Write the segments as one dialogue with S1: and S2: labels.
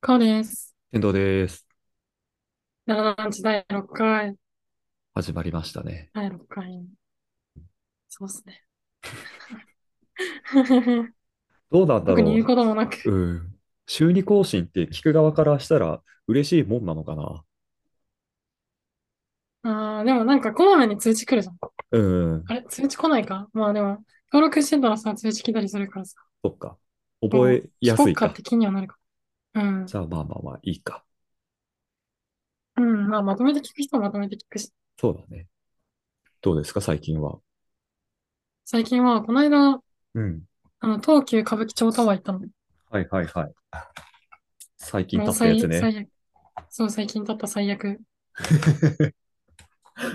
S1: カーです。
S2: 遠藤です。
S1: 7時第6回、
S2: 始まりましたね。
S1: 第6回。そうです ね。
S2: どうなんだ
S1: 特に言う
S2: ろ
S1: こともなく。
S2: う。うん。週2更新って聞く側からしたら嬉しいもんなのかな。
S1: ああ、でもなんかこまめに通知来るじゃん。
S2: うん。
S1: あれ、通知来ないかまあでも、登録してたらさ、通知来たりするからさ、
S2: そっか。
S1: う
S2: 覚
S1: ん
S2: え
S1: 聞
S2: や
S1: こ
S2: す
S1: っ
S2: い
S1: かって
S2: か。
S1: 気にはなるかも。うん。
S2: じゃあまあまあまあいいか。
S1: うん。まあ、まとめて聞く人はまとめて聞くし。
S2: そうだね。どうですか、最近は。
S1: 最近は、この間、
S2: うん。
S1: あの、東急歌舞伎町タワー行ったの。
S2: はいはいはい。最近
S1: もう
S2: 経ったやつ
S1: 最、
S2: ね。
S1: 最悪。そう、最近経った最悪。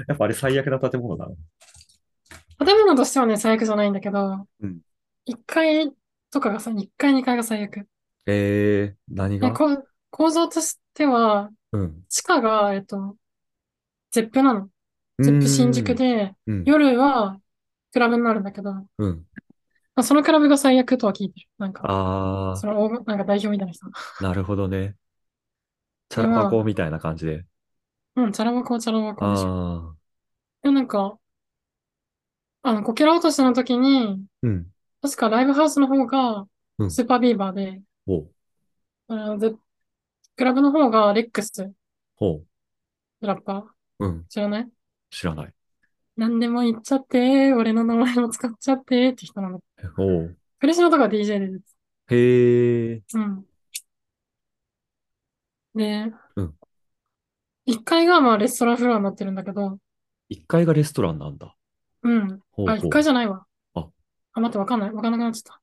S2: やっぱあれ最悪な建物だなの。
S1: 建物としてはね、最悪じゃないんだけど、
S2: うん。
S1: 1階とかがさ、1階、2階が最悪。
S2: えー、何
S1: え、
S2: が
S1: こ、構造としては、
S2: うん。
S1: 地下が、えっと、ゼップなの。
S2: うー
S1: ゼップ新宿
S2: ん。
S1: で、
S2: うん。
S1: 夜はクラブになるんだけど、ま
S2: うん。
S1: あ、そのクラブが最悪とは聞いてる。なんか、
S2: あ
S1: その、大なんか代表みたいな人。
S2: ー、なるほどね。チャ
S1: で、
S2: ラパ
S1: ま
S2: コみたいな感じで。
S1: あ、うん、チャラ箱はチャラ箱でしょ。
S2: あー、
S1: で、なんか、あの、こけら落としの時に、
S2: うん。
S1: 確かライブハウスの方が、
S2: うん。
S1: スーパービーバーで、
S2: ほう。
S1: あの、ゼクラブの方がレックス、
S2: ほ
S1: ラッパー。
S2: う。うん。
S1: 知らない
S2: 知らない。
S1: 何でも言っちゃって、俺の名前も使っちゃってって人なの。
S2: おう。
S1: クレシノとか DJ で出て
S2: へえ。
S1: た。うん。で、
S2: うん。
S1: 1階がまあレストランフロアになってるんだけど、
S2: 1階がレストランなんだ。
S1: うん。
S2: ほう
S1: あ、1階
S2: ほ
S1: じゃないわ。
S2: う。あ、
S1: あ、待って、わかんない。わかんなくなっちゃった。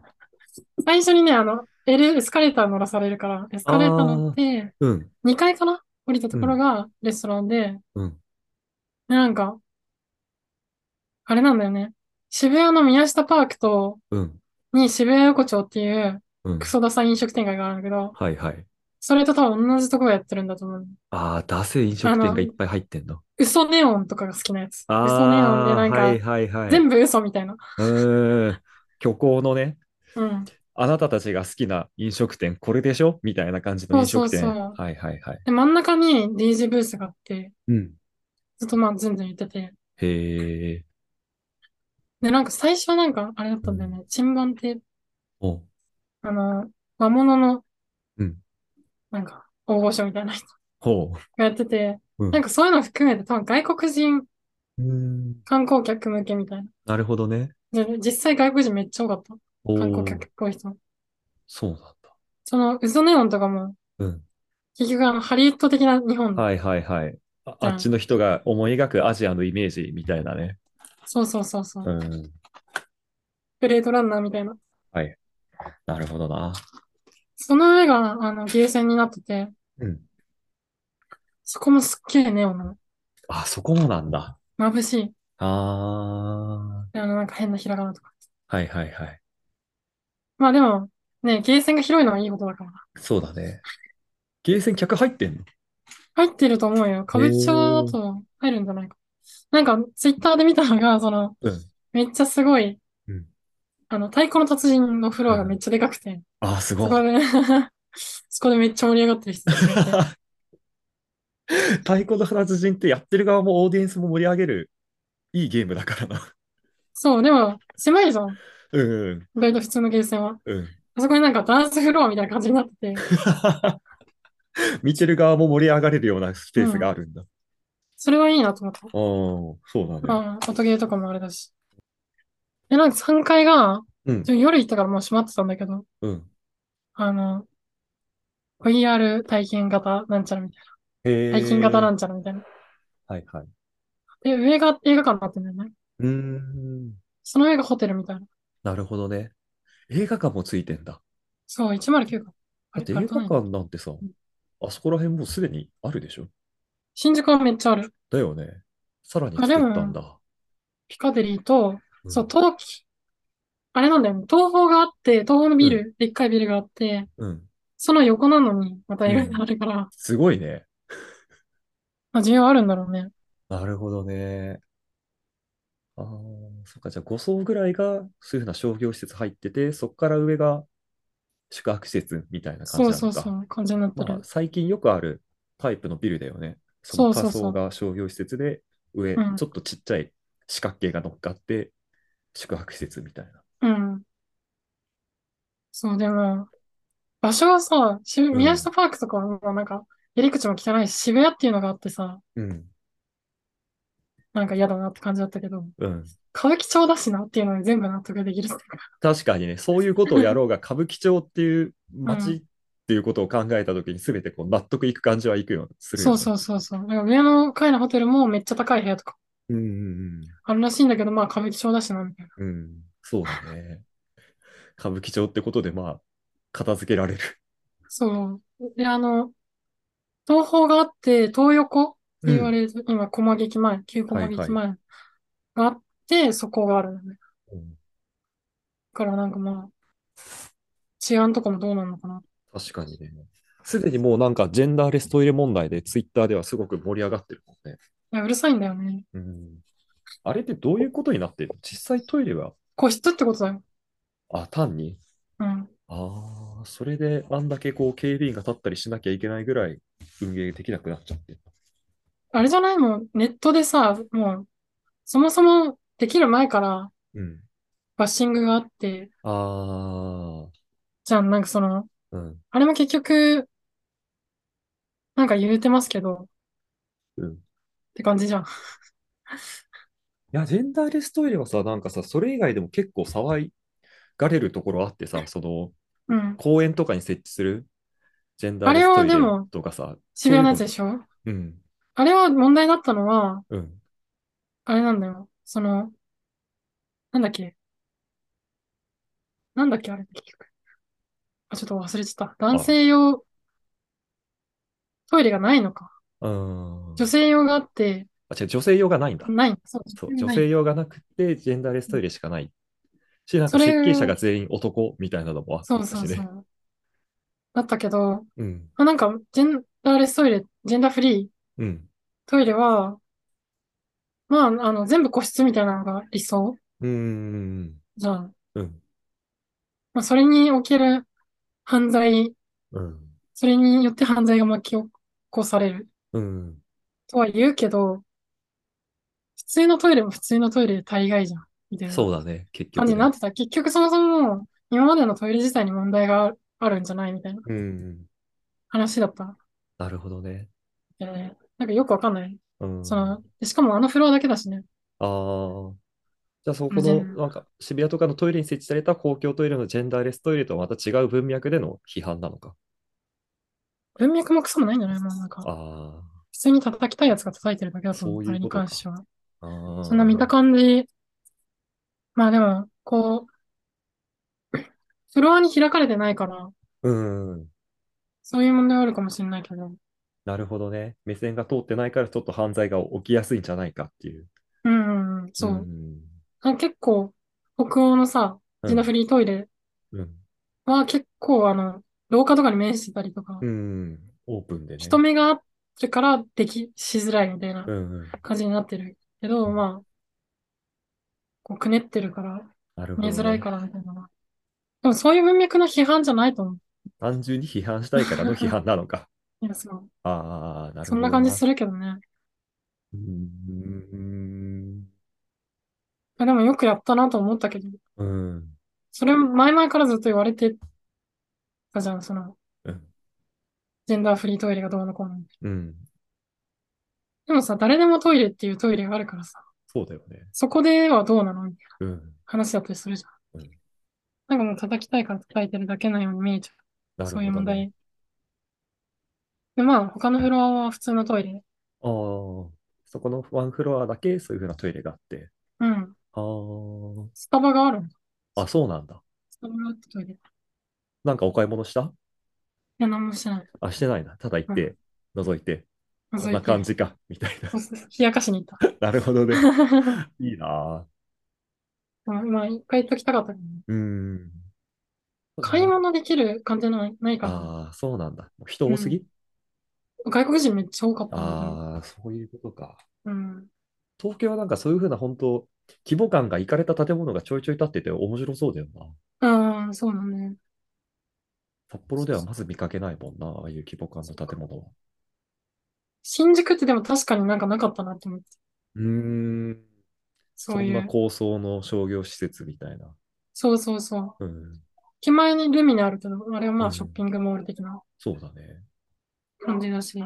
S1: 最初にね、あの、エレ、エスカレーター乗らされるから、エスカレーター乗っ
S2: ああ、
S1: て、
S2: うん、
S1: 2階かな降りたと
S2: う
S1: ころ
S2: ん、
S1: がレストランで、で、
S2: うん。
S1: なんか、あれなんだよね。渋谷の宮下パークと、
S2: うん、
S1: に渋谷横丁っていう
S2: う
S1: ク
S2: ん。
S1: ソダサい飲食店街があるんだけど、
S2: はいはい。
S1: それと多分同じところやってるんだと思う。
S2: ああ、ダセえ飲
S1: あ
S2: 食店がいっ
S1: の、
S2: ぱい入ってんの。
S1: 嘘ネオンとかが好きなやつ。嘘ネオンで
S2: あ
S1: な
S2: あ、
S1: ん
S2: はい
S1: か、
S2: はいはい。
S1: 全部嘘みたいな。
S2: うーん。虚構のね、
S1: うん。
S2: あなたたちが好きな飲食店、これでしょみたいな感じの
S1: そうそ
S2: 飲食
S1: う
S2: 店。
S1: そう。
S2: はいはいはい。
S1: で、真ん中に DJ ブースがあって、
S2: うん。
S1: ずっとまあ、ずんずん言ってて。
S2: へえ。
S1: で、なんか最初はなんか、あれだっ
S2: う
S1: たんだよ
S2: ん。
S1: ね。チンバンって、
S2: おう。
S1: あの、魔物の、
S2: うん。
S1: なんか、大御所みたいな人
S2: ほ
S1: がやってて、
S2: う。う
S1: なん
S2: ん。
S1: かそういうの含めて、多分外国人
S2: うーん。
S1: 観光客向けみたいな。
S2: なるほどね。
S1: で、実際外国人めっちゃ多かった。観光
S2: おお、
S1: 客っぽい人。
S2: そうなんだ。
S1: その、ウゾネオンとかも、
S2: うん。
S1: 結局あの、ハリウッド的な日本
S2: はいはいはい。あ、
S1: じ
S2: あ
S1: ゃ
S2: っち
S1: ん。
S2: の人が思い描くアジアのイメージみたいなね。
S1: そうそうそうそうう。
S2: ん。
S1: ブレードランナーみたいな。
S2: はい。なるほどな。
S1: その上が、あの、ゲーセンになってて、
S2: うん。
S1: そこもすっげえネオンなの。
S2: あ、そこもなんだ。
S1: 眩しい。
S2: ああ。
S1: あの、なんか変なひらがなとか。
S2: はいはいはい。
S1: まあでも、ね、ゲーセンが広いのはいいことだから。
S2: そうだね。ゲーセン客入ってんの
S1: 入ってると思うよ。歌舞伎町だ
S2: おおー。
S1: と入るんじゃないか。なんか、ツイッターで見たのが、その、
S2: うん。
S1: めっちゃすごい、
S2: うん。
S1: あの、太鼓の達人のフロ
S2: う
S1: アがめっ
S2: ん。
S1: ちゃでかくて、
S2: ああ、す
S1: そ
S2: ご
S1: こ
S2: っ。
S1: で そこでめっちゃ盛り上がってる人たちがいて。
S2: 太鼓の達人ってやってる側もオーディエンスも盛り上げるいいゲームだからな。
S1: そう、でも、狭いじゃん。
S2: うん。
S1: 意外と普通のゲーセンは。
S2: うん。
S1: あそこになんかダンスフロアみたいな感じになってて、
S2: 見てる側も盛り上がれるようなスペ
S1: う
S2: ースが
S1: ん。
S2: あるんだ。
S1: それはいいなと思った。
S2: ああ、そうだね。
S1: まあ、音ゲーとかもあれだし。で、なんか3階が、
S2: う
S1: ちょ
S2: ん。
S1: 夜行ったからもう閉まってたんだけど、
S2: うん。
S1: あの、VR 体験型なんちゃらみたいな。体験型
S2: へ
S1: な
S2: え。
S1: んちゃらみたいな。
S2: はいはい。
S1: で、上が映画館になってんだよね。
S2: うーん。
S1: その上がホテルみたいな。
S2: なるほどね。映画館もついてんだ。
S1: そう、109か。あ
S2: だ
S1: れ、
S2: って
S1: あれ
S2: 映
S1: と
S2: 画
S1: ないな。
S2: 館なんてさ、
S1: うん
S2: あそこら辺もうすでにあるでしょ
S1: 新宿はめっちゃある。
S2: だよね。さらに
S1: あ、で
S2: 作ったん
S1: も、
S2: だ。
S1: ピカデリーと、
S2: う
S1: そう、
S2: ん。
S1: 東、あれなんだよね。東宝があって、東宝の
S2: う
S1: ビ
S2: ん。
S1: ル、でっかいビルがあって、
S2: うん。
S1: その横なのに、また映
S2: う
S1: 画が
S2: ん。
S1: あるから、
S2: すごいね。
S1: まあ、需要あるんだろうね。
S2: なるほどね。ああ、そっか。じゃあ5層ぐらいが、そういうふうな商業施設入ってて、そっから上が宿泊施設みたいな感
S1: そ
S2: じ
S1: う
S2: な
S1: そう
S2: の
S1: そ
S2: か。
S1: う、感じになって
S2: まあ、
S1: る。
S2: 最近よくあるタイプのビルだよね。その
S1: そう
S2: 下
S1: そうそ
S2: 層
S1: う
S2: が商業施設で、上、
S1: うん
S2: ちょっとちっちゃい四角形が乗っかって、宿泊施設みたいな。
S1: うん。そう、でも、場所はさ、し
S2: ん
S1: 宮下パークとかはもうなんか、入り口も汚いし、渋谷っていうのがあってさ、
S2: うん、
S1: なんか嫌だなって感じだったけど、
S2: うん。
S1: 歌舞伎町だしなっていうので全部納得できる。
S2: 確かにね、そういうことをやろうが、歌舞伎町っていう街っていうことを考えたときに、すべてこう納得いく感じはいくようにするよ
S1: そ
S2: ね。
S1: うそうそうそう。なんか上の階のホテルもめっちゃ高い部屋とか
S2: うんうん
S1: あるらしいんだけど、まあ歌舞伎町だしな、みたいな。
S2: うん。うん、そうだね。歌舞伎町ってことで、まあ、片付けられる。
S1: そう。で、あの、東宝があって、東横って言われる、今、駒劇前、旧駒劇前があって、そこがあるのね。だ
S2: うん
S1: からなんかまあ、治安とかもどうなのかな。
S2: 確かにね。すでにもうなんかジェンダーレストイレ問題でツイッターではすごく盛り上がってるもんね。
S1: いや、うるさいんだよね。
S2: うん、あれってどういうことになってるの実際トイレは、
S1: 個室ってことだよ。
S2: あ、単に
S1: うん。
S2: ああ、それであんだけこう警備員が立ったりしなきゃいけないぐらい運営できなくなっちゃってる。
S1: あれじゃないもん。ネットでさ、もう、そもそもできる前から
S2: うん。
S1: バッシングがあって、
S2: あ
S1: じゃあなんかその、
S2: あ、うん。
S1: あれも結局、なんか揺れてますけど、
S2: うん。い
S1: って感じじゃん。
S2: や、ジェンダーレストイレはさ、なんかさ、それ以外でも結構騒がれるところあって さ、その
S1: うん。
S2: 公園とかに設置するジェンダー
S1: あ
S2: レ
S1: れ
S2: ス
S1: は
S2: トイレ
S1: でも
S2: とかさ、
S1: 渋谷のやつで
S2: し
S1: しょ
S2: ょ。うん。
S1: あれは問題だったのは、
S2: うん。
S1: あれなんだよ。その、なんだっけ。なんだっけ、あれ結局。あ、ちょっと忘れちゃった。男性用トイレがないのか。
S2: うん
S1: 女性用があって、
S2: あ、違う、女性用がないんだ。
S1: ない。そう、
S2: そう、
S1: 女性がな
S2: 女
S1: い
S2: 性用がなくて、ジェンダーレストイレしかない。し、なんか
S1: それ
S2: 設計者が全員男みたいなのもあったし
S1: そ
S2: ね。
S1: うそうそう。だったけど、
S2: うん。
S1: まあ、なんか、ジェンダーレストイレ、ジェンダーフリー
S2: うん。
S1: トイレは、まあ、あの、全部個室みたいなのが理想
S2: うーん。
S1: じゃん。
S2: うん。
S1: まあ、それにおける犯罪、
S2: うん。
S1: それによって犯罪が巻き起こされる
S2: うん。
S1: とは言うけど、普通のトイレも普通のトイレで大概じゃん、みたいな
S2: そうだね、結
S1: 感
S2: 局
S1: じになっ
S2: ね。
S1: てた。結局そもそももう今までのトイレ自体に問題があるあるんじゃないみたいな
S2: うん。
S1: 話だった。
S2: なるほどね。
S1: でね、なんかよくわかんない。
S2: うん。
S1: そ
S2: あ
S1: の、でしかもあのフロアだけだしね。
S2: あー。じゃあ、そこ
S1: ジェ
S2: の、
S1: ン
S2: なんか、渋谷とかのトイレに設置された公共トイレのジェンダーレストイレとはまた違う文脈での批判なのか。
S1: 文脈もクソもないんじゃないもうなんか、
S2: あ
S1: 普通に叩きたいやつが叩いてるだけだと思
S2: そう
S1: う。
S2: いう
S1: あれに
S2: ことか
S1: 関しては。
S2: あ。ああ。
S1: そんな見た感じ。まあでも、こう、フロアに開かれてないから、
S2: うん。
S1: そういう問題はあるかもしれないけど。
S2: なるほどね。目線が通ってないから、ちょっと犯罪が起きやすいんじゃないかっていう。
S1: うん、うん、そうう。
S2: ん。
S1: あ結構、北欧のさ、ジェンダーフリートイレ
S2: うん。
S1: は結構、あの、廊下とかに面してたりとか
S2: う、ん。オープンでね。
S1: 人目があるからできしづらいみたいな
S2: うんうん。
S1: 感じになってるけど、まあ、こう、くねってるから、
S2: なるほ
S1: 見えづ
S2: ど
S1: らい
S2: ね。
S1: からみたいな。でもそういう文脈の批判じゃないと思う。
S2: 単純に批判したいからの批判なのか。
S1: いや、そう。
S2: ああ、なるほど。
S1: そんな感じするけどね。
S2: うーん。
S1: あでもよくやったなと思ったけど、
S2: うん。
S1: それ前々からずっと言われてたじゃん、その、
S2: うん。
S1: ジェンダーフリートイレがどうのこうの。
S2: うん。
S1: でもさ、誰でもトイレっていうトイレがあるからさ、
S2: そうだよね。
S1: そこではどうなのみたいな
S2: うん。
S1: 話だったりするじゃん
S2: うん。
S1: なんかもう叩きたいから叩いてるだけのように見えちゃ
S2: な
S1: う。
S2: る
S1: そういう
S2: ほど
S1: 問
S2: ね。
S1: 題。で、まあ、他のフロアは普通のトイレ。
S2: ああ、そこのワンフロアだけそういうふうなトイレがあって。
S1: うん。
S2: あ
S1: スタバがあるの。
S2: あ、あ、そうなんだ。
S1: スタバがあってトイレ。い
S2: なんかお買い物した
S1: や、なんもしてない。
S2: あ、してないな。ただ行って、覗いて、こ
S1: 覗
S2: ん
S1: い
S2: な
S1: て
S2: 感じか、みたいな。
S1: そうそうそう冷やかしに行った。
S2: なるほどね。 いいな
S1: うんまあ、一回行っときたかったけどね。
S2: ー。うん。
S1: 買い物できる感じない、ないから。
S2: ああ、そうなんだ。人多すぎ
S1: 外国人めっちゃ多かったんだ
S2: ああ、そういうことか。
S1: けど。うん。
S2: 東京はなんかそういうふうな本当、規模感がいかれた建物がちょいちょい建ってて面白そうだよな。
S1: ああ、そうだね。
S2: 札幌ではまず見かけないもんな、ああいう規模感の建物は。
S1: 新宿ってでも確かになんかなかったなって思って。
S2: うーん、
S1: そうい
S2: んな
S1: う。
S2: 高層の商業施設みたいな。
S1: そうそうそう。
S2: うん、
S1: 駅前にルミネあるけど、あれはま
S2: う
S1: あ
S2: ん
S1: ショッピングモール的な
S2: そうだね。
S1: 感じだし。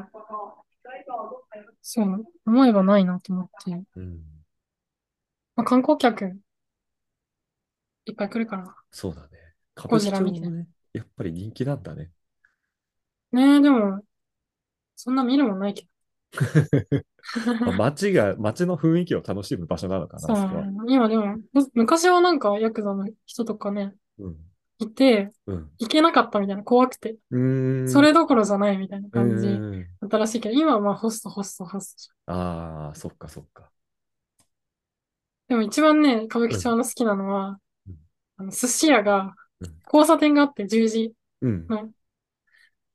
S1: そう。思えばないなと思って。
S2: うん、
S1: まあ、観光客、いっぱい来るから。
S2: そうだね。歌
S1: ゴ
S2: 舞
S1: ジ
S2: 伎
S1: ラ
S2: 町
S1: みたい
S2: もね、やっぱり人気なん だね。
S1: ねえ、でも、そんな見るもんないけど。
S2: まあ街が、街の雰囲気を楽しむ場所なのかな、
S1: そ
S2: あ
S1: う
S2: そこは。。
S1: 今でも、む昔はなんかヤクザの人とかね、
S2: うん、
S1: いて、
S2: うん。
S1: 行けなかったみたいな、怖くて。
S2: うーん、
S1: それどころじゃないみたいな感じ
S2: うーん。
S1: だったらしいけど、今はまあホスト、ホスト、ホスト。
S2: ああ、そっかそっか。
S1: でも一番ね、歌舞伎町の好きなのは
S2: うん、
S1: あの寿司屋が
S2: うん、
S1: 交差点があって十字、
S2: うん。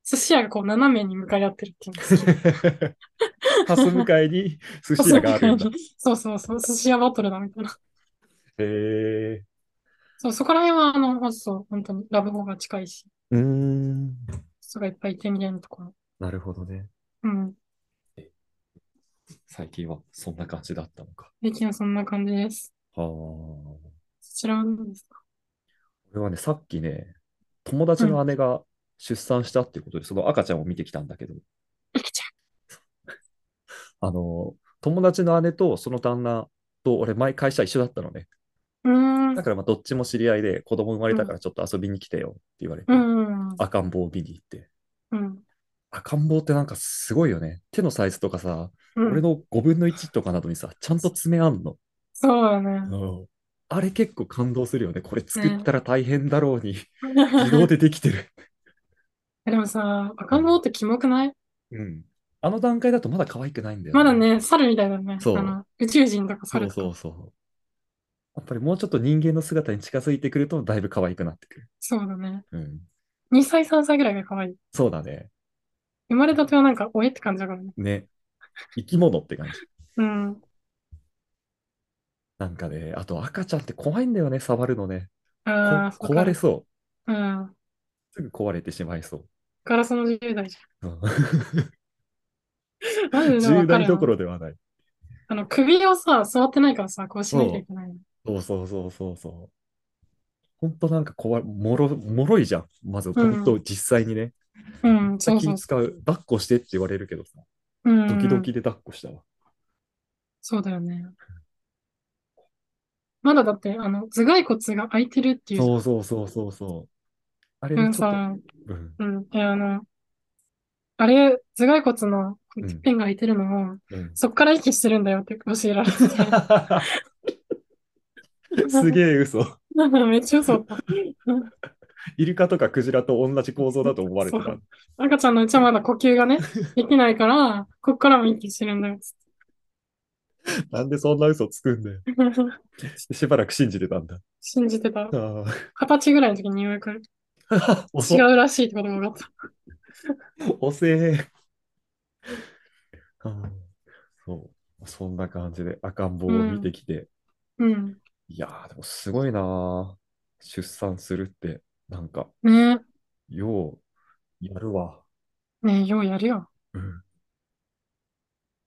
S1: 寿司屋がこう斜めに向かい合ってるっていうのが好き
S2: ハス向かいに 寿司屋があるんだ。へ
S1: そうそうそう、寿司屋バトルだみたいな。
S2: え。
S1: そう、そこら辺は、あの、ホスト、本当にラブホが近いし、
S2: うーん。
S1: 人がいっぱいいてみたいなところ。
S2: なるほどね。
S1: うん。
S2: 最近はそんな感じだったのか。
S1: 最近はそんな感じです。
S2: はあ。
S1: そちらはどうですか
S2: 俺はね、さっきね、友達の姉が出産したっていうことで、その赤ちゃんを見てきたんだけど、
S1: ゆきちゃ
S2: あの、友達の姉とその旦那と俺、前会社一緒だったのね。
S1: ん。うー
S2: だ
S1: ん。
S2: からまあ、どっちも知り合いで、子供生まれたからちょっと遊びに来てよって言われて、
S1: うん。
S2: 赤ん坊を見に行って。
S1: うん。
S2: 赤ん坊ってなんかすごいよね。手のサイズとかさ、
S1: うん
S2: 俺の5分の1とかなどにさ、ちゃんと爪あんの。
S1: そうだね。
S2: あれ結構感動するよね。これ作ったら大変だろうに、自動でできてる。
S1: でもさ、赤ん坊ってキモくない
S2: うん。あの段階だとまだ可愛くないんだよ、
S1: まだ。ね、猿みたいだね。
S2: そう
S1: あの宇宙人とか
S2: そ
S1: 猿
S2: う
S1: とか。
S2: そうそう。やっぱりもうちょっと人間の姿に近づいてくると、だいぶ可愛くなってくる。
S1: そうだね。
S2: うん。
S1: 2歳、3歳ぐらいが可愛い。
S2: そうだね。
S1: 生まれたてはなんか、おえって感じだからね。
S2: ね。生き物っ て感じ。
S1: うん。
S2: なんかね、あと赤ちゃんって怖いんだよね、触るのね。こ
S1: ああ、そっか
S2: 壊れそう。
S1: うん。だ
S2: すぐ壊れてしまいそう。
S1: からその10代 じ
S2: うん
S1: ゃん。マジででも
S2: 重
S1: わかる
S2: 大
S1: な
S2: どころではない。
S1: あの、首をさ、座ってないからさ、こうしなきゃいけない。
S2: そうそうそうそうそう。ほんとなんか怖い、もろ、もろいじゃん。まず、
S1: ん
S2: ほんと実際にね。
S1: うん、そう
S2: 先
S1: そう
S2: に。使う。抱っこしてって言われるけどさ、
S1: うん。
S2: ドキドキで抱っこしたわ。
S1: そうだよね。まだだって、あの、頭蓋骨が開いてるっていう。
S2: そうそうそうそうそう。あれ
S1: う
S2: ね、
S1: ん
S2: ちょっ
S1: さ、
S2: と、うん、
S1: うん。え、あの、あれ、頭蓋骨の
S2: ん
S1: てっぺんが開いてるのを、
S2: うん。
S1: そっから息してるんだよって教えられて。
S2: すげえ嘘。
S1: なんかめっちゃ嘘だった。
S2: イルカとかクジラと同じ構造だと思われて
S1: そ
S2: た
S1: う。赤ちゃんのうちはまだ呼吸 がね、できないから、こっからも息してるんだよっつっ
S2: なんでそんな嘘つくんだよ。
S1: て。
S2: しばらく信じてたんだ。
S1: 信じてた。
S2: あー
S1: 二十歳ぐらいの時にようやく
S2: 遅
S1: 違うらしいってことが分かった。
S2: おせえ。うんそう。そんな感じで赤ん坊を見てきて。
S1: うん。
S2: いやー、でもすごいなー出産するって、なんか、
S1: ね
S2: よう、やるわ。
S1: え、ねえ、ようやるよ。
S2: うん。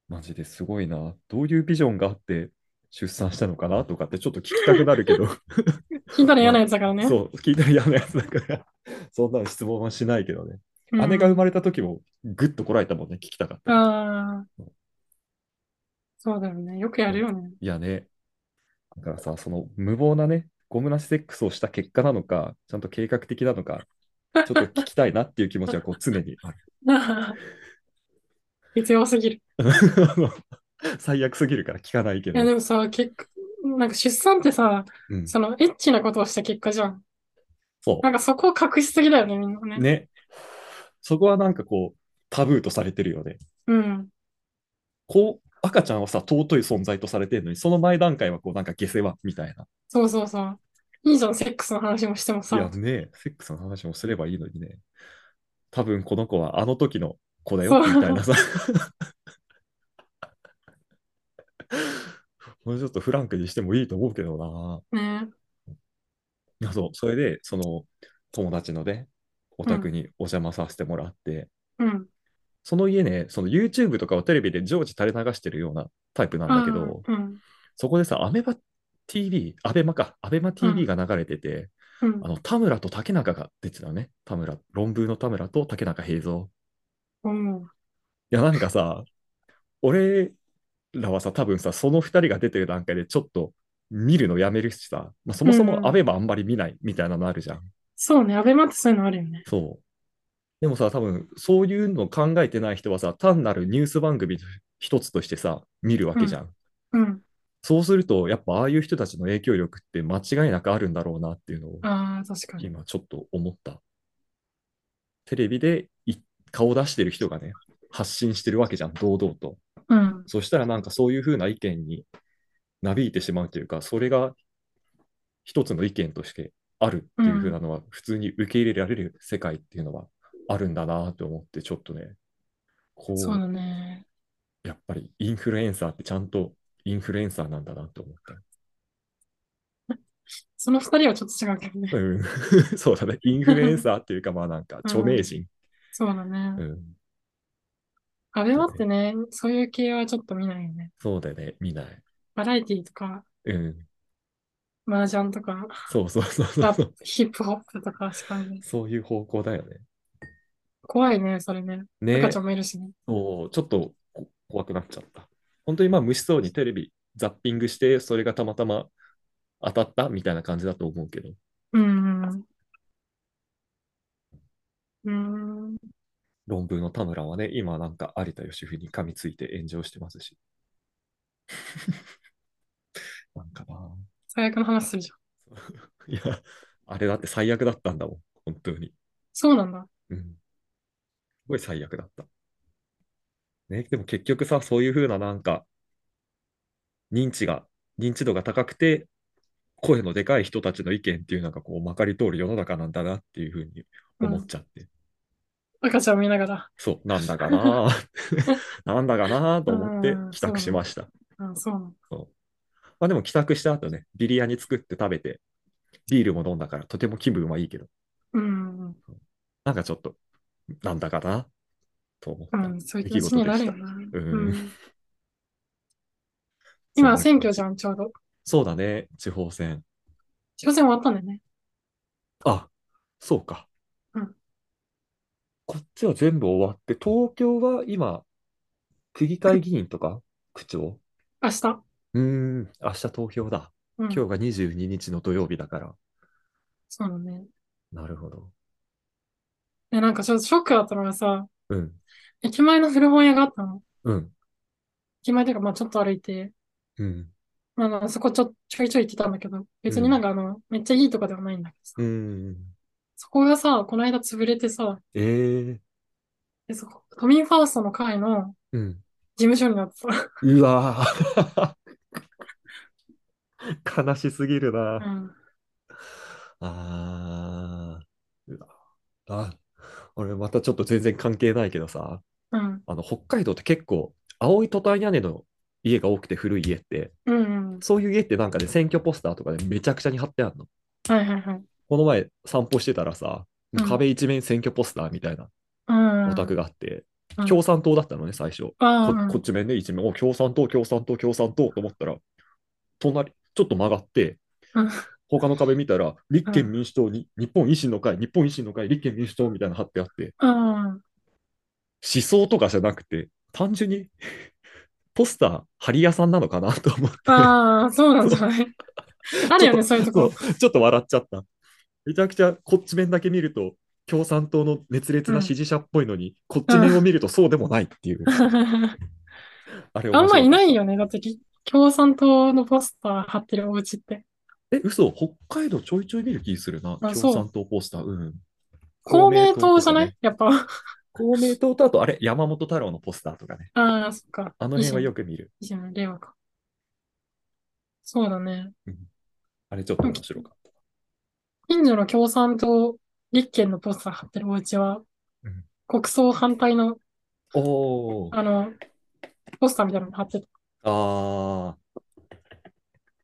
S2: マジですごいな。どういうビジョンがあって出産したのかなとかってちょっと聞きたくなるけど、
S1: 聞いたら嫌なやつだ からね。
S2: そう、聞いたら嫌なやつだから、 そんなの質問はしないけどね。
S1: うん
S2: 姉が生まれた時もぐっとこらえたもんね、聞きたかった。
S1: ああ。そうだよね。よくやるよね。
S2: いやね、だからさ、その無謀なね、ゴムなしセックスをした結果なのか、ちゃんと計画的なのか、ちょっと聞きたいなっていう気持ちはこう常にある。
S1: 必要すぎる。
S2: あの最悪すぎるから聞かないけ
S1: いや、
S2: ど。
S1: でもさ、結果、なんか出産ってさ、
S2: うん、
S1: そのエッチなことをした結果じゃん。
S2: そ
S1: なんかそこを隠しすぎだよね、みんなね。
S2: う。ね。そこはなんかこう、タブーとされてるよね。
S1: うん。
S2: こう、赤ちゃんはさ、尊い存在とされてるのに、その前段階はこう、なんか下世話みたいな。
S1: そうそうそう。いいじゃん、セックスの話もしても
S2: いや
S1: さ。
S2: ね、セックスの話もすればいいのにね。多分この子はあの時の子だよ、みたいなさ。 もうちょっとフランクにしてもいいと思うけどな。
S1: ね
S2: いやそう、それで、その友達のね、お宅にお邪魔させてもらって、
S1: うん。
S2: その家ね、その YouTube とかをテレビで常時垂れ流してるようなタイプなんだけど、
S1: あーうん。
S2: そこでさ、アメバ TV、アベマか、アベマ TV が流れてて、
S1: うん
S2: あ。の、田村と竹中が出てたのね。田村、論文の田村と竹中平蔵。
S1: うん。
S2: いや、なんかさ、 俺らはさ、多分さ、その二人が出てる段階でちょっと見るのやめるしさ、まあ、そもそ
S1: うん
S2: もアベマあんまり見ないみたいなのあるじゃん。
S1: そうね、アベマってそういうのあるよね。
S2: そう。でもさ、多分そういうの考えてない人はさ、単なるニュース番組の一つとしてさ、見るわけじゃん。
S1: うん。
S2: そうすると、やっぱああいう人たちの影響力って間違いなくあるんだろうなっていうのを
S1: ああ、確かに。
S2: 今ちょっと思った。テレビでい顔出してる人がね、発信してるわけじゃん、堂々と。
S1: うん。
S2: そしたらなんかそういうふうな意見になびいてしまうというか、それが一つの意見としてあるっていうふうなのは、普通に受け入れられる世界っていうのはあるんだなと思って、ちょっとね、こ
S1: そう
S2: う、
S1: だね。
S2: やっぱりインフルエンサーってちゃんとインフルエンサーなんだなと思った。
S1: その二人はちょっと違うけどね。
S2: うん、 そうだね。インフルエンサーっていうか、まあなんか、著名人。
S1: そうだね
S2: う。ん
S1: アベマってね、そういう系はちょっと見ないよね。
S2: そうだよね。見ない。
S1: バラエティとか、
S2: うん。
S1: 麻雀とか、
S2: そうそうそうそ
S1: ラ
S2: う
S1: ップ、ヒップホップとかしかね。
S2: そういう方向だよね。
S1: 怖いね、それね。
S2: ね
S1: 赤ちゃんもいるしね。
S2: そう、ちょっとこ怖くなっちゃった。本当にまあ、虫そうにテレビザッピングして、それがたまたま当たったみたいな感じだと思うけど。
S1: うんうんうん。うーん。
S2: 論文の田村はね、今なんか有田芳生に噛みついて炎上してます し。なんかな。
S1: 最悪の話するじゃん。
S2: いや、あれだって最悪だったんだもん。本当に。
S1: そうなんだ。
S2: うん。すごい最悪だった。ね、でも結局さ、そういう風ななんか、認知が、認知度が高くて、声のでかい人たちの意見っていうのがこう、まかり通る世の中なんだなっていう風に思っちゃって。
S1: 赤ちゃんを見ながら。
S2: そう、なんだかなあ なんだかなあと思って
S1: うん
S2: 帰宅しました。
S1: うん、そうなんだ。
S2: まあでも帰宅した後ね、ビリヤニ作って食べて、ビールも飲んだから、とても気分はいいけど、
S1: うんうん。
S2: なんかちょっと、なんだかなと思った。
S1: うん、そういう気持ちになるよね。
S2: うん
S1: うん今、選挙じ
S2: ゃん。
S1: ゃん、ちょうど。
S2: そうだね、地方選。
S1: 地方選終わったんだよね。
S2: あ、そうか。
S1: うん
S2: こっちは全部終わって、東京は今、区議会議員とか、区長
S1: 明日。
S2: うーん、明日投票だ。
S1: うん、
S2: 今日が22日の土曜日だから。
S1: そうだね。
S2: なるほど。
S1: で、なんかちょっとショックだったのがさ、
S2: うん、
S1: 駅前の古本屋があったの。
S2: うん、
S1: 駅前というか、まあちょっと歩いて、
S2: うん、
S1: まあまあそこちょ、ちょいちょい行ってたんだけど、別になんかあの、めっちゃいいとかではないんだけどさ、
S2: うん。
S1: そこがさ、この間潰れてさ、
S2: えー、
S1: でそこ都民ファーストの会の
S2: うん。
S1: 事務所になってた。
S2: うわー 悲しすぎるな。
S1: うん。
S2: あーうわあ、俺またちょっと全然関係ないけどさ、
S1: うん。
S2: あの北海道って結構青いトタン屋根の家が多くて古い家って、
S1: うん、うん。
S2: そういう家ってなんかね、選挙ポスターとかでめちゃくちゃに貼ってあるの。
S1: はいはいはい。
S2: この前散歩してたらさ、
S1: うん
S2: 壁一面選挙ポスターみたいな
S1: うん。
S2: お宅があって
S1: うん、
S2: 共産党だったのね、最初。こ
S1: ああ、
S2: こっち面ね、一面、お、共産党、共産党、共産党と思ったら、隣、ちょっと曲がって、
S1: うん
S2: 他の壁見たら、立憲民主党に、日本維新の会、日本維新の会、立憲民主党みたいなの貼ってあって、
S1: うん。
S2: 思想とかじゃなくて、単純にポスター貼り屋さんなのかなと思って、
S1: ああ、そうなんじゃない あるよね、そういうとこ。
S2: そうちょっと笑っちゃった。めちゃくちゃこっち面だけ見ると、共産党の熱烈な支持者っぽいのに、こっち面を見るとそうでもないっていう。あれ。
S1: あんまいないいよね。だって、き共産党のポスター貼ってるお家って。
S2: え、嘘北海道ちょいちょい見る気するな。
S1: あ
S2: 共
S1: そう
S2: 産党ポスター。うん。
S1: 公明党じゃない、
S2: とかね
S1: やっぱ。
S2: 公明党とあと、あれ、山本太郎のポスターとかね。
S1: ああ、そっか。
S2: あの辺はよく見る。
S1: いいじゃない、令和か。そうだね。
S2: あれちょっと面白かっ
S1: 近所の共産党立憲のポスター貼ってるお家は
S2: うん、
S1: 国葬反対の、
S2: た。おお。
S1: あの、ポスターみたいなの貼ってた。
S2: ああ、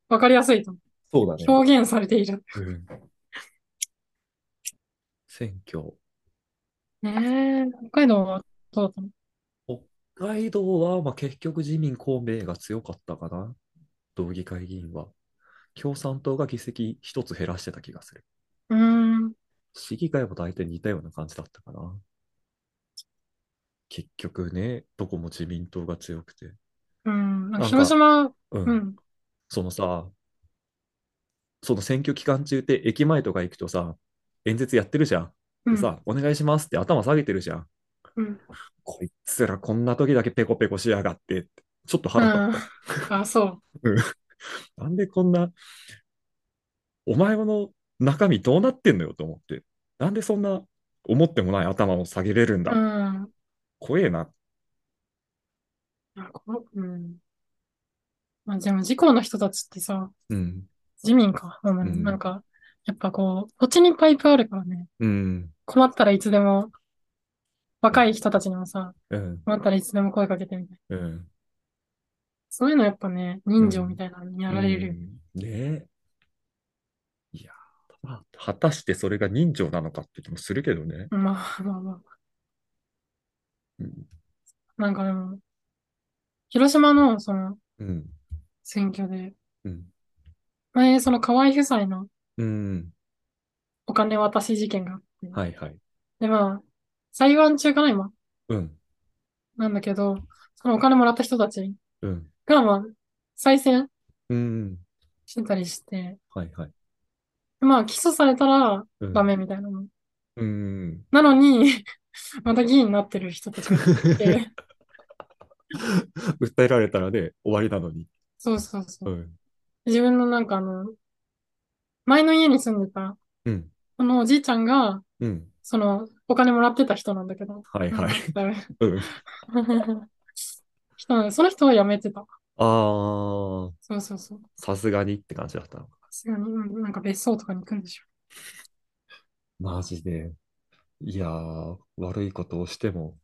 S1: わかりやすいと思
S2: そうだ
S1: う。表現されている。
S2: ね。うん選挙
S1: ねえ、北海道はどうだったの
S2: 北海道は、まあ、結局自民、公明が強かったかな。道議会議員は。共産党が議席一つ減らしてた気がする。
S1: うーん、
S2: 市議会も大体似たような感じだったかな。結局ね、どこも自民党が強くて。
S1: うん、なんか
S2: なん
S1: 広
S2: か、
S1: 島、
S2: う、
S1: うんん、
S2: そのさ、その選挙期間中って駅前とか行くとさ、演説やってるじゃん。
S1: う
S2: で
S1: ん、
S2: さ、お願いしますって頭下げてるじゃん。
S1: うん、
S2: こいつらこんな時だけペコペコしやがってって、ちょっと
S1: う
S2: 腹立
S1: ん。
S2: った。
S1: あ、 そう。
S2: うんなんでこんな、お前の中身どうなってんのよと思って。なんでそんな思ってもない頭を下げれるん
S1: う
S2: だ。
S1: ん。
S2: 怖えな。
S1: あこのうん。まあ、でも、自公の人たちってさ、
S2: うん、
S1: 自民か、主
S2: う
S1: に。なん
S2: ん、
S1: か、やっぱこう、土地にパイプあるからね、
S2: うん、
S1: 困ったらいつでも、若い人たちにもさ、
S2: うん、
S1: 困ったらいつでも声かけてみたいな。
S2: うん、
S1: そういうのやっぱね、
S2: う
S1: 人情み
S2: ん。
S1: たいなのにや
S2: う
S1: られるよね。
S2: んねえ。いや、まあ果たしてそれが人情なのかって気もするけどね。
S1: まあまあまあ。
S2: うん、
S1: なんかでも、広島のその
S2: うん、
S1: 選挙で、
S2: うん、
S1: 前、その河合夫妻の
S2: うん。
S1: お金渡し事件があって、
S2: はいはい。
S1: で、まあ、裁判中かな、今。
S2: うん、
S1: なんだけど、そのお金もらった人たち
S2: うん、
S1: が、まあ、再選
S2: うん。
S1: してたりして、
S2: はいはい。
S1: まあ、起訴されたら
S2: う
S1: ダ
S2: ん、
S1: メみたいなの。
S2: うん。
S1: なのに また議員になってる人たちがい て、
S2: 訴えられたらね、終わりなのに。
S1: そうそうそうう。
S2: ん、
S1: 自分のなんかあの、前の家に住んでた、
S2: うん、
S1: このおじいちゃんが、
S2: うん。
S1: その、お金もらってた人なんだけど、
S2: はい
S1: なん
S2: はい。
S1: か、だいぶ
S2: うん。
S1: 人なんでその人は辞めてた。
S2: ああ、
S1: そうそうそう。
S2: さすがにって感じだったのか。
S1: さすがに、うんなんか別荘とかに来るでしょ。
S2: マジで。いやー、悪いことをしても、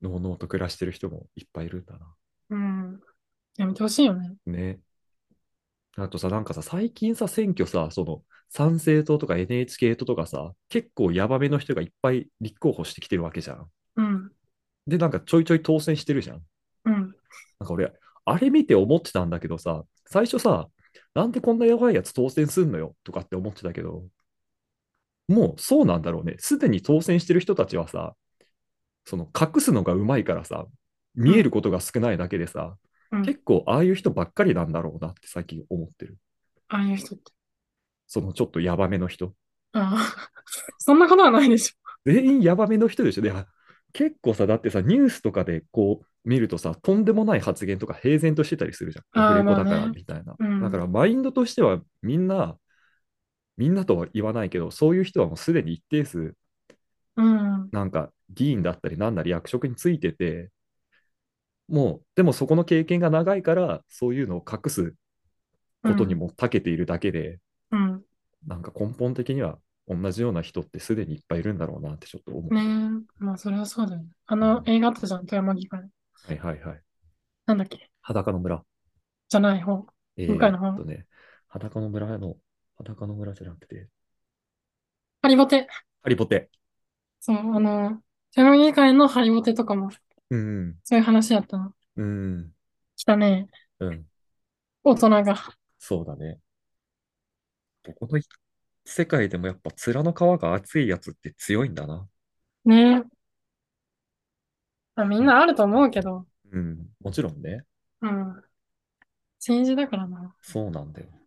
S2: のうのうと暮らしてる人もいっぱいいるんだな。
S1: うん。やめてほしいよね。
S2: ね。あとさ、なんかさ、最近さ、選挙さ、その、参政党とか NHK 党とかさ、結構ヤバめの人がいっぱい立候補してきてるわけじゃん。
S1: うん。
S2: で、なんかちょいちょい当選してるじゃん。
S1: うん。
S2: なんか俺、あれ見て思ってたんだけどさ、最初さ、なんでこんなやばいやつ当選すんのよとかって思ってたけど、もうそうなんだろうね。すでに当選してる人たちはさ、その隠すのがうまいからさ、
S1: う
S2: 見える
S1: ん。
S2: ことが少ないだけでさ、
S1: うん。
S2: 結構ああいう人ばっかりなんだろうなって最近思ってる。
S1: ああいう人って。
S2: そのちょっとヤバめの人。
S1: ああ。 そんなことはないでしょ。
S2: 全員ヤバめの人でしょ。いや、結構さ、だってさ、ニュースとかでこう見るとさ、とんでもない発言とか平然としてたりするじゃん。ラ
S1: ああ、
S2: フレコ
S1: まあ
S2: だから
S1: ね。
S2: みたいな。
S1: う
S2: だから
S1: ん。
S2: マインドとしてはみんな、みんなとは言わないけど、そういう人はもうすでに一定数、
S1: うん。
S2: なんか議員だったりなんなり役職についてて、もう、でもそこの経験が長いから、そういうのを隠す
S1: う
S2: ことに
S1: ん。
S2: も長けているだけで、
S1: うん。
S2: なんか根本的には同じような人ってすでにいっぱいいるんだろうなってちょっと思っ
S1: ね
S2: た。
S1: え。まあ、それはそうだよね。あ
S2: う
S1: の
S2: ん。
S1: 映画あったじゃん、富山議会。
S2: はいはいはい。
S1: なんだっけ
S2: 裸の村。
S1: じゃない方。
S2: え
S1: 向かい
S2: ーっ
S1: の方。
S2: とね、裸の村の、裸の村じゃなくて、
S1: ハリボテ。
S2: ハリボテ。
S1: そう、あの、富山議会のハリボテとかも、
S2: うん、
S1: そういう話やったの。
S2: うん、
S1: 来たね。
S2: うん。
S1: 大人が。
S2: そうだね。どこのい世界でもやっぱ面の皮が厚いやつって強いんだな。
S1: ねえ。まあ、みん
S2: うん、
S1: なあると思うけど、
S2: うん、もちろんね。
S1: うん。政治だからな。
S2: そうなんだよ。やっ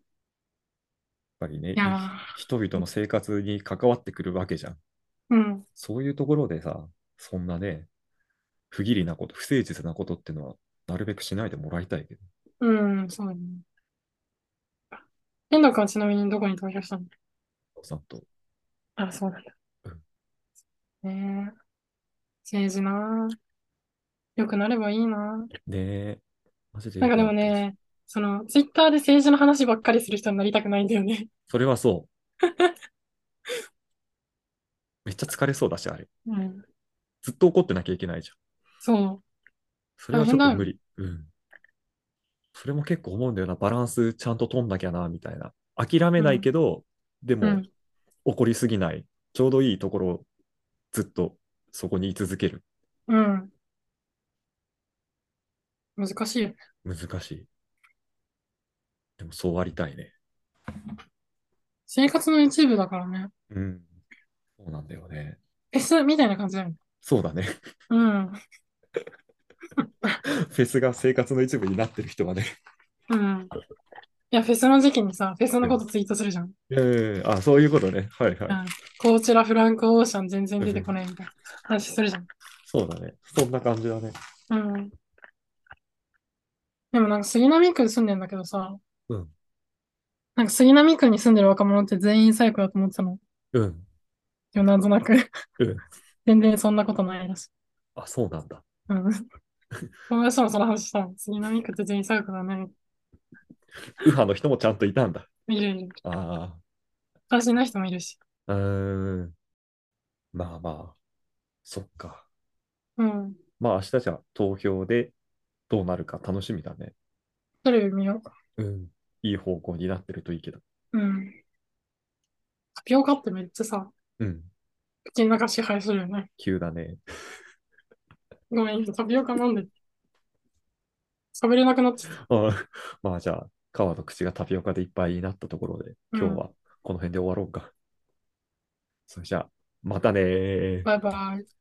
S2: ぱりね、
S1: いや
S2: い人々
S1: ー、
S2: の生活に関わってくるわけじゃん。
S1: うん。
S2: そういうところでさ、そんなね、不義理なこと、不誠実なことってのは、なるべくしないでもらいたいけど。
S1: うん、そうだね。遠藤君はちなみにどこに投票したの
S2: お父さんと。
S1: あ、そうなんだ。
S2: うん
S1: ねえ、政治なあ。良くなればいいなあ。
S2: ねえ、マジで
S1: な
S2: よ
S1: んかで
S2: くな
S1: も
S2: ってほしい。
S1: ね、その、ツイッターで政治の話ばっかりする人になりたくないんだよね。
S2: それはそう。 めっちゃ疲れそうだし、あれ。
S1: うん。
S2: ずっと怒ってなきゃいけないじゃん。
S1: そう。
S2: それ
S1: 大
S2: はち
S1: 変
S2: ょっと
S1: だ
S2: 無
S1: よ。
S2: 理。うん。それも結構思うんだよな。バランスちゃんと取んなきゃな、みたいな。諦め
S1: う
S2: ないけ
S1: ん、
S2: ど、で
S1: う
S2: も
S1: ん、
S2: 怒りすぎない。ちょうどいいところずっとそこに居続ける。
S1: うん。難しいよね。
S2: 難しい。でもそうありたいね。
S1: 生活の一部だからね。
S2: うん。そうなんだよね。
S1: フェスみたいな感じだよね。
S2: そうだね。
S1: うん。
S2: フェスが生活の一部になってる人はね。
S1: うん。いや、フェスの時期にさ、フェスのことツイートするじゃん。
S2: ええあ、そういうことね。はいはい。
S1: こちらフランク・オーシャン全然出てこないみたいな話するじゃん。
S2: そうだね。そんな感じだね。
S1: うん。でもなんか杉並区に住んでんだけどさ、
S2: うん
S1: なんか杉並区に住んでる若者って全員サイコだと思ってたの。
S2: うん。
S1: よ、なんとなく。
S2: うん。
S1: 全然そんなことないらしい。
S2: あ、そうなんだ。
S1: うん。友達ともその話したの。杉並区って全員サイコだね。
S2: 右派の人もちゃんといたんだ。
S1: いるいる。
S2: あ
S1: 関心ない人もいるし。
S2: あ。うーん。まあまあ。そっか。
S1: うん。
S2: まあ明日じゃあ投票でどうなるか楽しみだね。
S1: テレビ見よ
S2: うん。いい方向になってるといいけど。
S1: う。うん。タピオカってめっちゃさ、
S2: うん。
S1: 口の中支配するよね。
S2: 急だね。
S1: ごめん、今タピオカ飲んでて。喋れなくなっちゃった。
S2: あーまあじゃあ、川の口がタピオカでいっぱいになったところで、
S1: うん
S2: 今日はこの辺で終わろうか。それじゃあ、またねー。
S1: バイバイ。